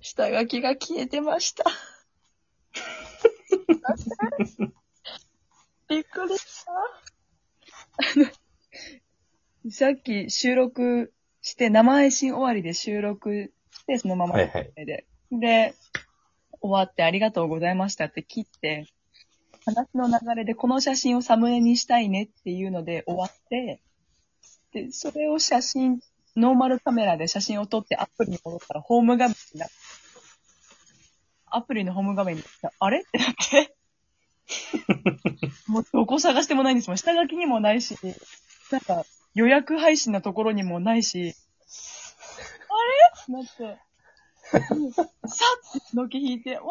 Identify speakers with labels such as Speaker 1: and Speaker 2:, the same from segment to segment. Speaker 1: 下書きが消えてました。 びっくりした。あの、さっき収録して、生配信終わりで収録して、そのまま
Speaker 2: はいはい。
Speaker 1: で、で、終わってありがとうございましたって切って、話の流れでこの写真をサムネにしたいねっていうので終わって、で、それを写真、ノーマルカメラで写真を撮ってアプリに戻ったらホーム画面になって、アプリのホーム画面に、あれってなって、もうどこ探してもないんですもん。下書きにもないし、なんか予約配信のところにもないし、あれってなって。さってのけ引いて、おーごめん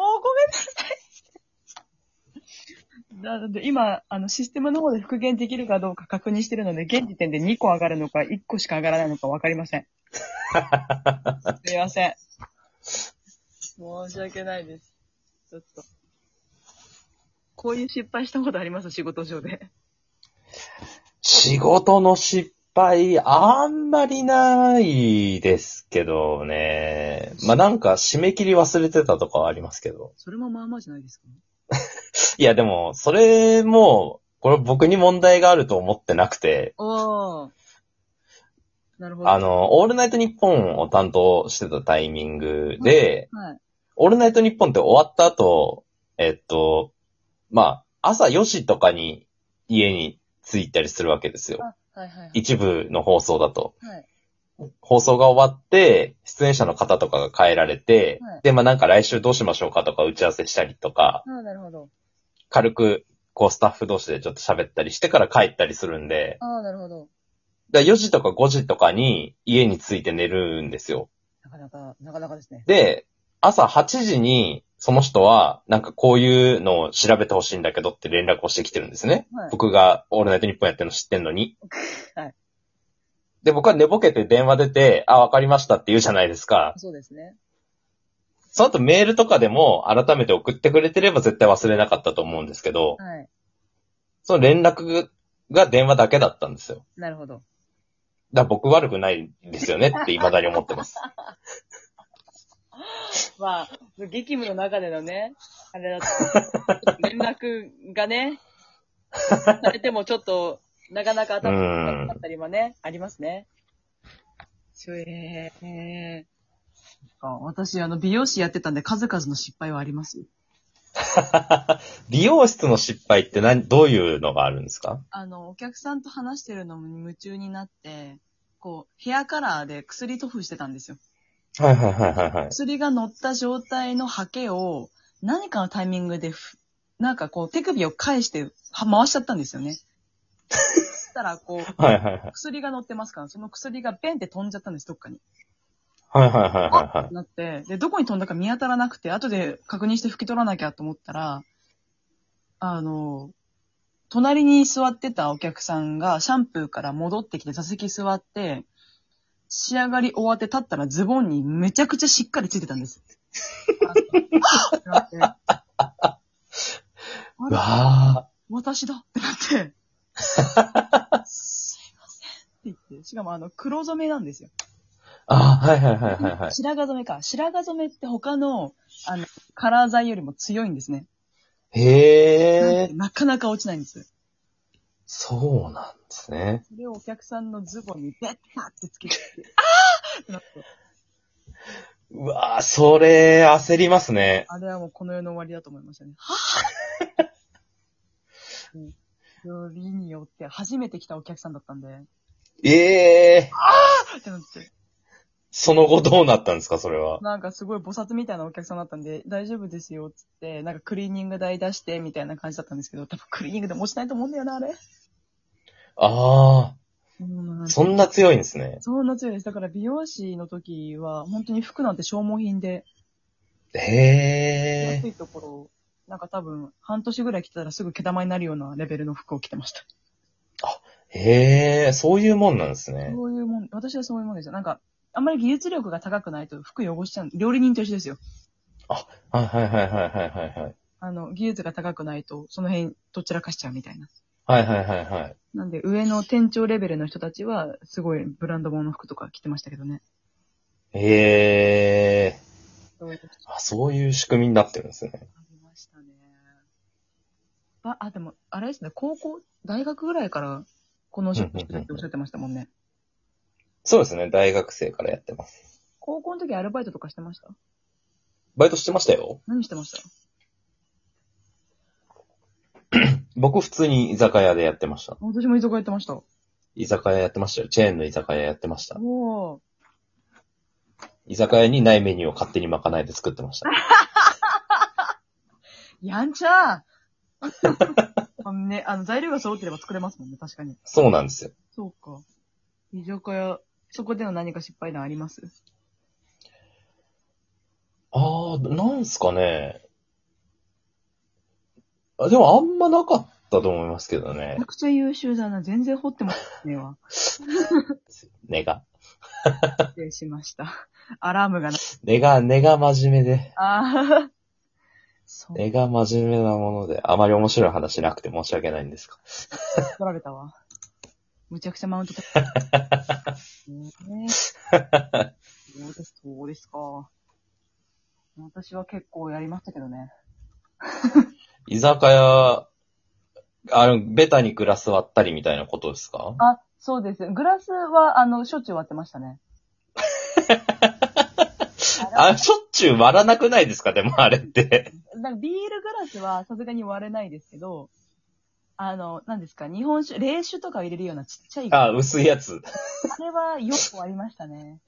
Speaker 1: なさい。なので、今、あの、システムの方で復元できるかどうか確認してるので、現時点で2個上がるのか、1個しか上がらないのか分かりません。すいません。申し訳ないです。ちょっと。こういう失敗したことあります仕事上で。
Speaker 2: 仕事の失敗、あんまりないですけどね。まあ、なんか締め切り忘れてたとかはありますけど。
Speaker 1: それもまあまあじゃないですか、
Speaker 2: いや、でも、それも、これ僕に問題があると思ってなくて、
Speaker 1: おー。なるほど。
Speaker 2: あの、オールナイトニッポンを担当してたタイミングで、
Speaker 1: はい。
Speaker 2: オールナイトニッポンって終わった後、えっと、まあ、朝4時とかに家に着いたりするわけですよ。
Speaker 1: あ、はいはいはい。
Speaker 2: 一部の放送だと。
Speaker 1: はい
Speaker 2: 放送が終わって、出演者の方とかが変えられて、
Speaker 1: はい
Speaker 2: で、まあなんか来週どうしましょうかとか打ち合わせしたりとか、
Speaker 1: あーなるほど。
Speaker 2: 軽く、こうスタッフ同士でちょっと喋ったりしてから帰ったりするんで、
Speaker 1: ああ、なるほど。
Speaker 2: だから4時とか5時とかに家に着いて寝るんですよ。
Speaker 1: なかなか、なかなかですね。
Speaker 2: で、朝8時に、その人は、なんかこういうのを調べてほしいんだけどって連絡をしてきてるんですね。
Speaker 1: はい。
Speaker 2: 僕がオールナイトニッポンやってるの知ってんのに。
Speaker 1: はい
Speaker 2: で、僕は寝ぼけて電話出て、あ、わかりましたって言うじゃないですか。
Speaker 1: そうですね。
Speaker 2: その後メールとかでも改めて送ってくれてれば絶対忘れなかったと思うんですけど、
Speaker 1: はい。
Speaker 2: その連絡が電話だけだったんですよ。
Speaker 1: なるほど。
Speaker 2: だから僕悪くないですよねって未だに思ってます。
Speaker 1: まあ、激務の中でのね、あれだと、連絡がね、されてもちょっと、なかなか当たらなかったりはね、ありますね。そうえー、えー、私、あの、美容師やってたんで、数々の失敗はありますよ。
Speaker 2: 美容室の失敗って何、どういうのがあるんですか
Speaker 1: あの、お客さんと話してるのに夢中になって、こう、ヘアカラーで薬塗布してたんですよ。
Speaker 2: はいはいはいはいはい。
Speaker 1: 薬が乗った状態のハケを何かのタイミングでふ、なんかこう手首を返しては回しちゃったんですよね。そしたらこう、
Speaker 2: はいはいはい。
Speaker 1: 薬が乗ってますから、その薬がベンって飛んじゃったんです、どっかに。
Speaker 2: はいはいはいはいはい。
Speaker 1: なって、で、どこに飛んだか見当たらなくて、後で確認して拭き取らなきゃと思ったら、あの、隣に座ってたお客さんがシャンプーから戻ってきて座席座って、仕上がり終わって立ったらズボンにめちゃくちゃしっかりついてたんです。あってなってあ
Speaker 2: う
Speaker 1: ら
Speaker 2: わ
Speaker 1: 私だってなって。すいませんって言って。しかもあの、黒染めなんですよ。
Speaker 2: ー。あーはいはいはいはいはい。
Speaker 1: 白髪染めか。白髪染めって他の、あの、カラー剤よりも強いんですね。
Speaker 2: へ
Speaker 1: な
Speaker 2: え
Speaker 1: んで、なかなか落ちないんです。
Speaker 2: そうなんですね。
Speaker 1: それをお客さんのズボンにベッタってつけて、あーってなって、
Speaker 2: うわー、それ、焦りますね。
Speaker 1: あれはもうこの世の終わりだと思いました ね。はぁうんよりによって、初めて来たお客さんだったんで、
Speaker 2: ええ
Speaker 1: あーってなって、
Speaker 2: その後どうなったんですか、それは。
Speaker 1: なんかすごい菩薩みたいなお客さんだったんで、大丈夫ですよ、つって、なんかクリーニング代出して、みたいな感じだったんですけど、多分クリーニングでも落ちないと思うんだよな、あれ。
Speaker 2: あ
Speaker 1: うん
Speaker 2: あ、そんな強いんですね。
Speaker 1: そうな強いです。だから美容師の時は、本当に服なんて消耗品で、
Speaker 2: へ
Speaker 1: 安
Speaker 2: え。
Speaker 1: いところ、なんか多分、半年ぐらい着てたらすぐ毛玉になるようなレベルの服を着てました。
Speaker 2: へえ、そういうもんなんですね。
Speaker 1: そういうもん、私はそういうもんですよ。なんか、あんまり技術力が高くないと服汚しちゃう。料理人と一緒ですよ。
Speaker 2: はいはいはいはいはいはいはい。
Speaker 1: あの、技術が高くないと、その辺、どちらかしちゃうみたいな。
Speaker 2: はいはいはいはい。
Speaker 1: なんで、上の店長レベルの人たちは、すごいブランド物の服とか着てましたけどね。
Speaker 2: へえ。
Speaker 1: そういう人
Speaker 2: そういう仕組みになってるんですね。
Speaker 1: ありましたね。あ、あ、でも、あれですね、高校、大学ぐらいから、この職してるっておっしゃってましたもんね。
Speaker 2: そうですね。大学生からやってます。
Speaker 1: 高校の時アルバイトとかしてました
Speaker 2: バイトしてましたよ。
Speaker 1: 何してました
Speaker 2: 僕普通に居酒屋でやってました。
Speaker 1: 私も居酒屋やってました。
Speaker 2: 居酒屋やってましたよ。チェーンの居酒屋やってました。
Speaker 1: おー。
Speaker 2: 居酒屋にないメニューを勝手にまかないで作ってました。
Speaker 1: やんちゃーね、あの、材料が揃ってれば作れますもんね、確かに。
Speaker 2: そうなんですよ。
Speaker 1: そうか。居酒屋、そこでの何か失敗談あります
Speaker 2: あー、なんすかね。あでもあんまなかったと思いますけど
Speaker 1: め
Speaker 2: ね
Speaker 1: ちゃ。くちゃ優秀だな。全然掘ってもらってねえわ。
Speaker 2: 根が。
Speaker 1: 失礼しました。アラームがな。
Speaker 2: 根が、根が真面目で。
Speaker 1: ああ。そう。
Speaker 2: 根が真面目なもので、あまり面白い話なくて申し訳ないんですが。
Speaker 1: 取られたわ。むちゃくちゃマウント取ねえそうです、そうですか。私は結構やりましたけどね。
Speaker 2: 居酒屋、あの、ベタにグラス割ったりみたいなことですか
Speaker 1: あ、そうです。グラスは、あの、しょっちゅう割ってましたね。
Speaker 2: あ、しょっちゅう割らなくないですかでもあれって。
Speaker 1: なんかビールグラスはさすがに割れないですけど、あの、何ですか、日本酒、冷酒とか入れるようなちっちゃい、あ
Speaker 2: あ、薄いやつ。
Speaker 1: れはよく割りましたね。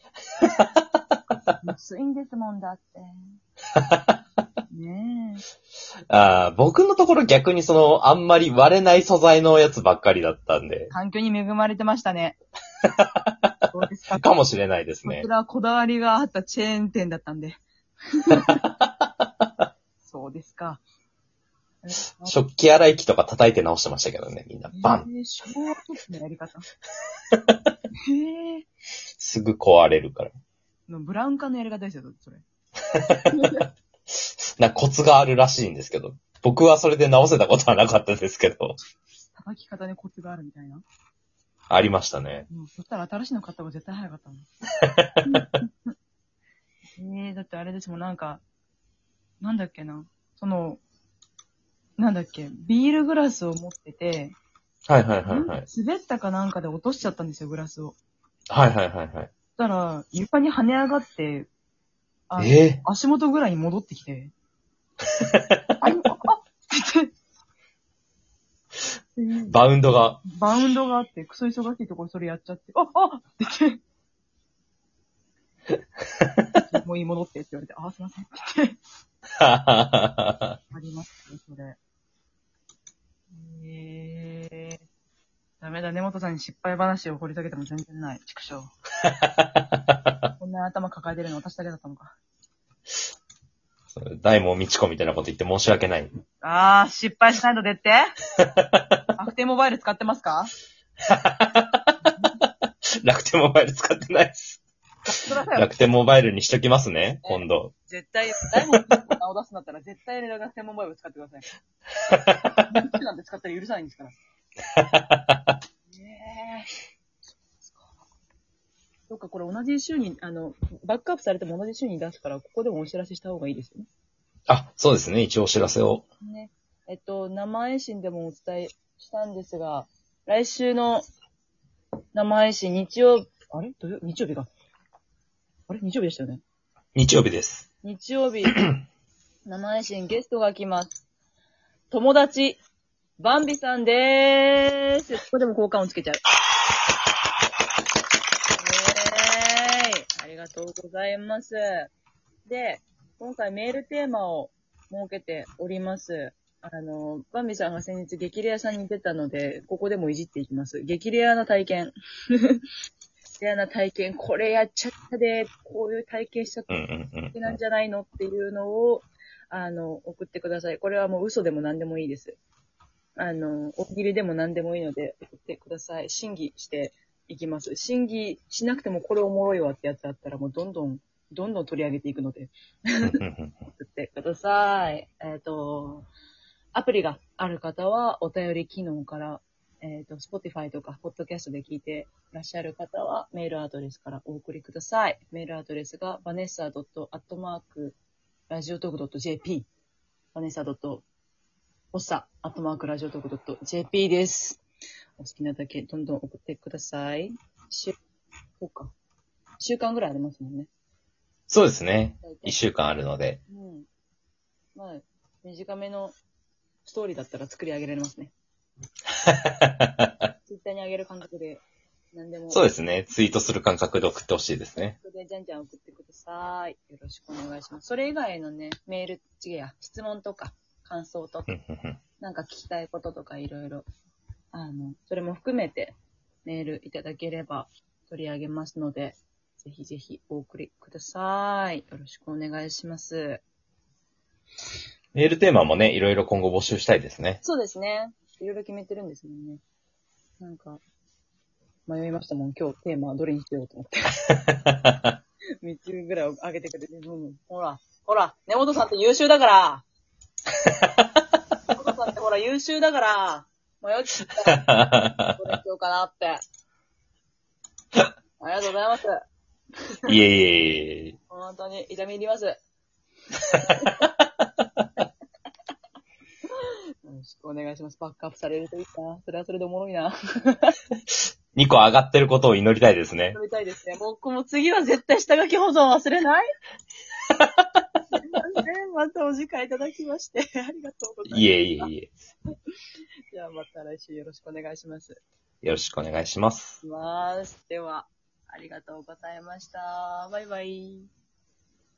Speaker 1: 薄いんですもんだって。ねえ。
Speaker 2: あー僕のところ逆にその、あんまり割れない素材のやつばっかりだったんで、
Speaker 1: 環境に恵まれてましたね。どうですか
Speaker 2: かもしれないです
Speaker 1: こ
Speaker 2: ね
Speaker 1: ち。らはこだわりがあったチェーン店だったん で。そうですか。
Speaker 2: 食器洗い機とか叩いて直してましたけどね、みんな。バン
Speaker 1: えー、昭和初期のやり 方。へえ。
Speaker 2: すぐ壊れるから。
Speaker 1: のブラウン管のやり方ですよ、それ。
Speaker 2: なんかコツがあるらしいんですけど。僕はそれで直せたことはなかったですけど。
Speaker 1: 叩き方にコツがあるみたいな。
Speaker 2: ありましたね。
Speaker 1: もうそしたら新しいの買った方が絶対早かったも ん。えー、だってあれですもん、なんか、なんだっけな。その、なんだっけ、ビールグラスを持ってて、
Speaker 2: はいはいはいはい。
Speaker 1: 滑ったかなんかで落としちゃったんですよ、グラスを。
Speaker 2: はいはいはい
Speaker 1: そしたら、床に跳ね上がって、あ
Speaker 2: は
Speaker 1: の
Speaker 2: い。え
Speaker 1: 足元ぐらいに戻ってき て。あ、今あ、あって言っ
Speaker 2: ー、
Speaker 1: て。
Speaker 2: バウンドが
Speaker 1: バウンドがあって、クソ忙しいところそれやっちゃって、あ、あって言って。もういい戻ってって言われて、あ、すいませんって言って。
Speaker 2: あ
Speaker 1: ありますね、それ。えー。ダメだ、根本さんに失敗話を掘り下げても全然ない。畜生。こんな頭抱えてるの私だけだったのか。
Speaker 2: 大門みちこみたいなこと言って申し訳ない。
Speaker 1: あー、失敗しないのでってアクテモバイル使ってますか
Speaker 2: 楽天モバイル使ってないです。
Speaker 1: くださいよ。
Speaker 2: 楽天モバイルにしときますね、今度。
Speaker 1: 絶対、大門さんの名を出すんだったら絶対アクテモバイル使ってくだ さい。こっちなんて使ったら許さないんですから。ねえそっか、これ同じ週に、あの、バックアップされても同じ週に出すから、ここでもお知らせした方がいいですよね。
Speaker 2: あ、そうですね、一応お知らせを。
Speaker 1: ね。えっと、生配信でもお伝えしたんですが、来週の生配信、日曜日、あれ土曜日曜日が。あれ日曜日でしたよね。
Speaker 2: 日曜日です。
Speaker 1: 日曜 日、生配信ゲストが来ます。友達、バンビさんでーす。ここでも交換をつけちゃう。イェーイありがとうございます。で、今回メールテーマを設けております。あの、バンビさんが先日激レアさんに出たので、ここでもいじっていきます。激レアな体験。 レアな体験、これやっちゃったで、こういう体験しちゃった
Speaker 2: うんうんう
Speaker 1: なん
Speaker 2: ん。
Speaker 1: じゃないのっていうのを、あの、送ってください。これはもう嘘でも何でもいいです。あの、大喜利でも何でもいいので送ってください。審議していきます。審議しなくてもこれおもろいわってやつあったらもうどんどん、どんどん取り上げていくので、
Speaker 2: うんうんうん
Speaker 1: 送ってください。えっ、と、アプリがある方はお便り機能から、えっ、と、Spotify とか Podcast で聞いていらっしゃる方はメールアドレスからお送りください。メールアドレスが vanessa.atmark ラジオトーク .jp、マネサドット、ポッサ、アットマークラジオトーク .jp です。お好きなだけどんどん送ってください。週、そうか。週間ぐらいありますもんね。
Speaker 2: そうですね。一週間あるので。
Speaker 1: うん。まあ、短めのストーリーだったら作り上げられます ね。ツイッターに上げる感覚で、何でも。
Speaker 2: そうですね。ツイートする感覚で送ってほしいですね。
Speaker 1: それでじゃんじゃん送ってください。よろしくお願いします。それ以外のね、メール、違えや、質問とか、感想とか、
Speaker 2: うんうんうん
Speaker 1: なんか聞きたいこととかいろいろ、あの、それも含めてメールいただければ取り上げますので、ぜひぜひお送りください。よろしくお願いします。
Speaker 2: メールテーマもね、いろいろ今後募集したいですね。
Speaker 1: そうですね。いろいろ決めてるんですもんね。なんか、迷いましたもん。今日テーマはどれにしようと思って。3つぐらい上げてくれて、うんほら、ほら、根本さんって優秀だから。根本さんってほら優秀だから、迷っちゃった。どれしようかなって。ありがとうございます。
Speaker 2: いえいえいえ。
Speaker 1: 本当に痛み入ります。よろしくお願いします。バックアップされるといいな。それはそれでおもろいな。
Speaker 2: 2個上がってることを祈りたいですね
Speaker 1: 食。べたいですね。僕も次は絶対下書き保存忘れないすいません。またお時間いただきまして、ありがとうございます。
Speaker 2: いえいえいえ。
Speaker 1: じゃあまた来週よろしくお願いします。
Speaker 2: よろしくお願いします。
Speaker 1: します。では、ありがとうございました。バイバイ。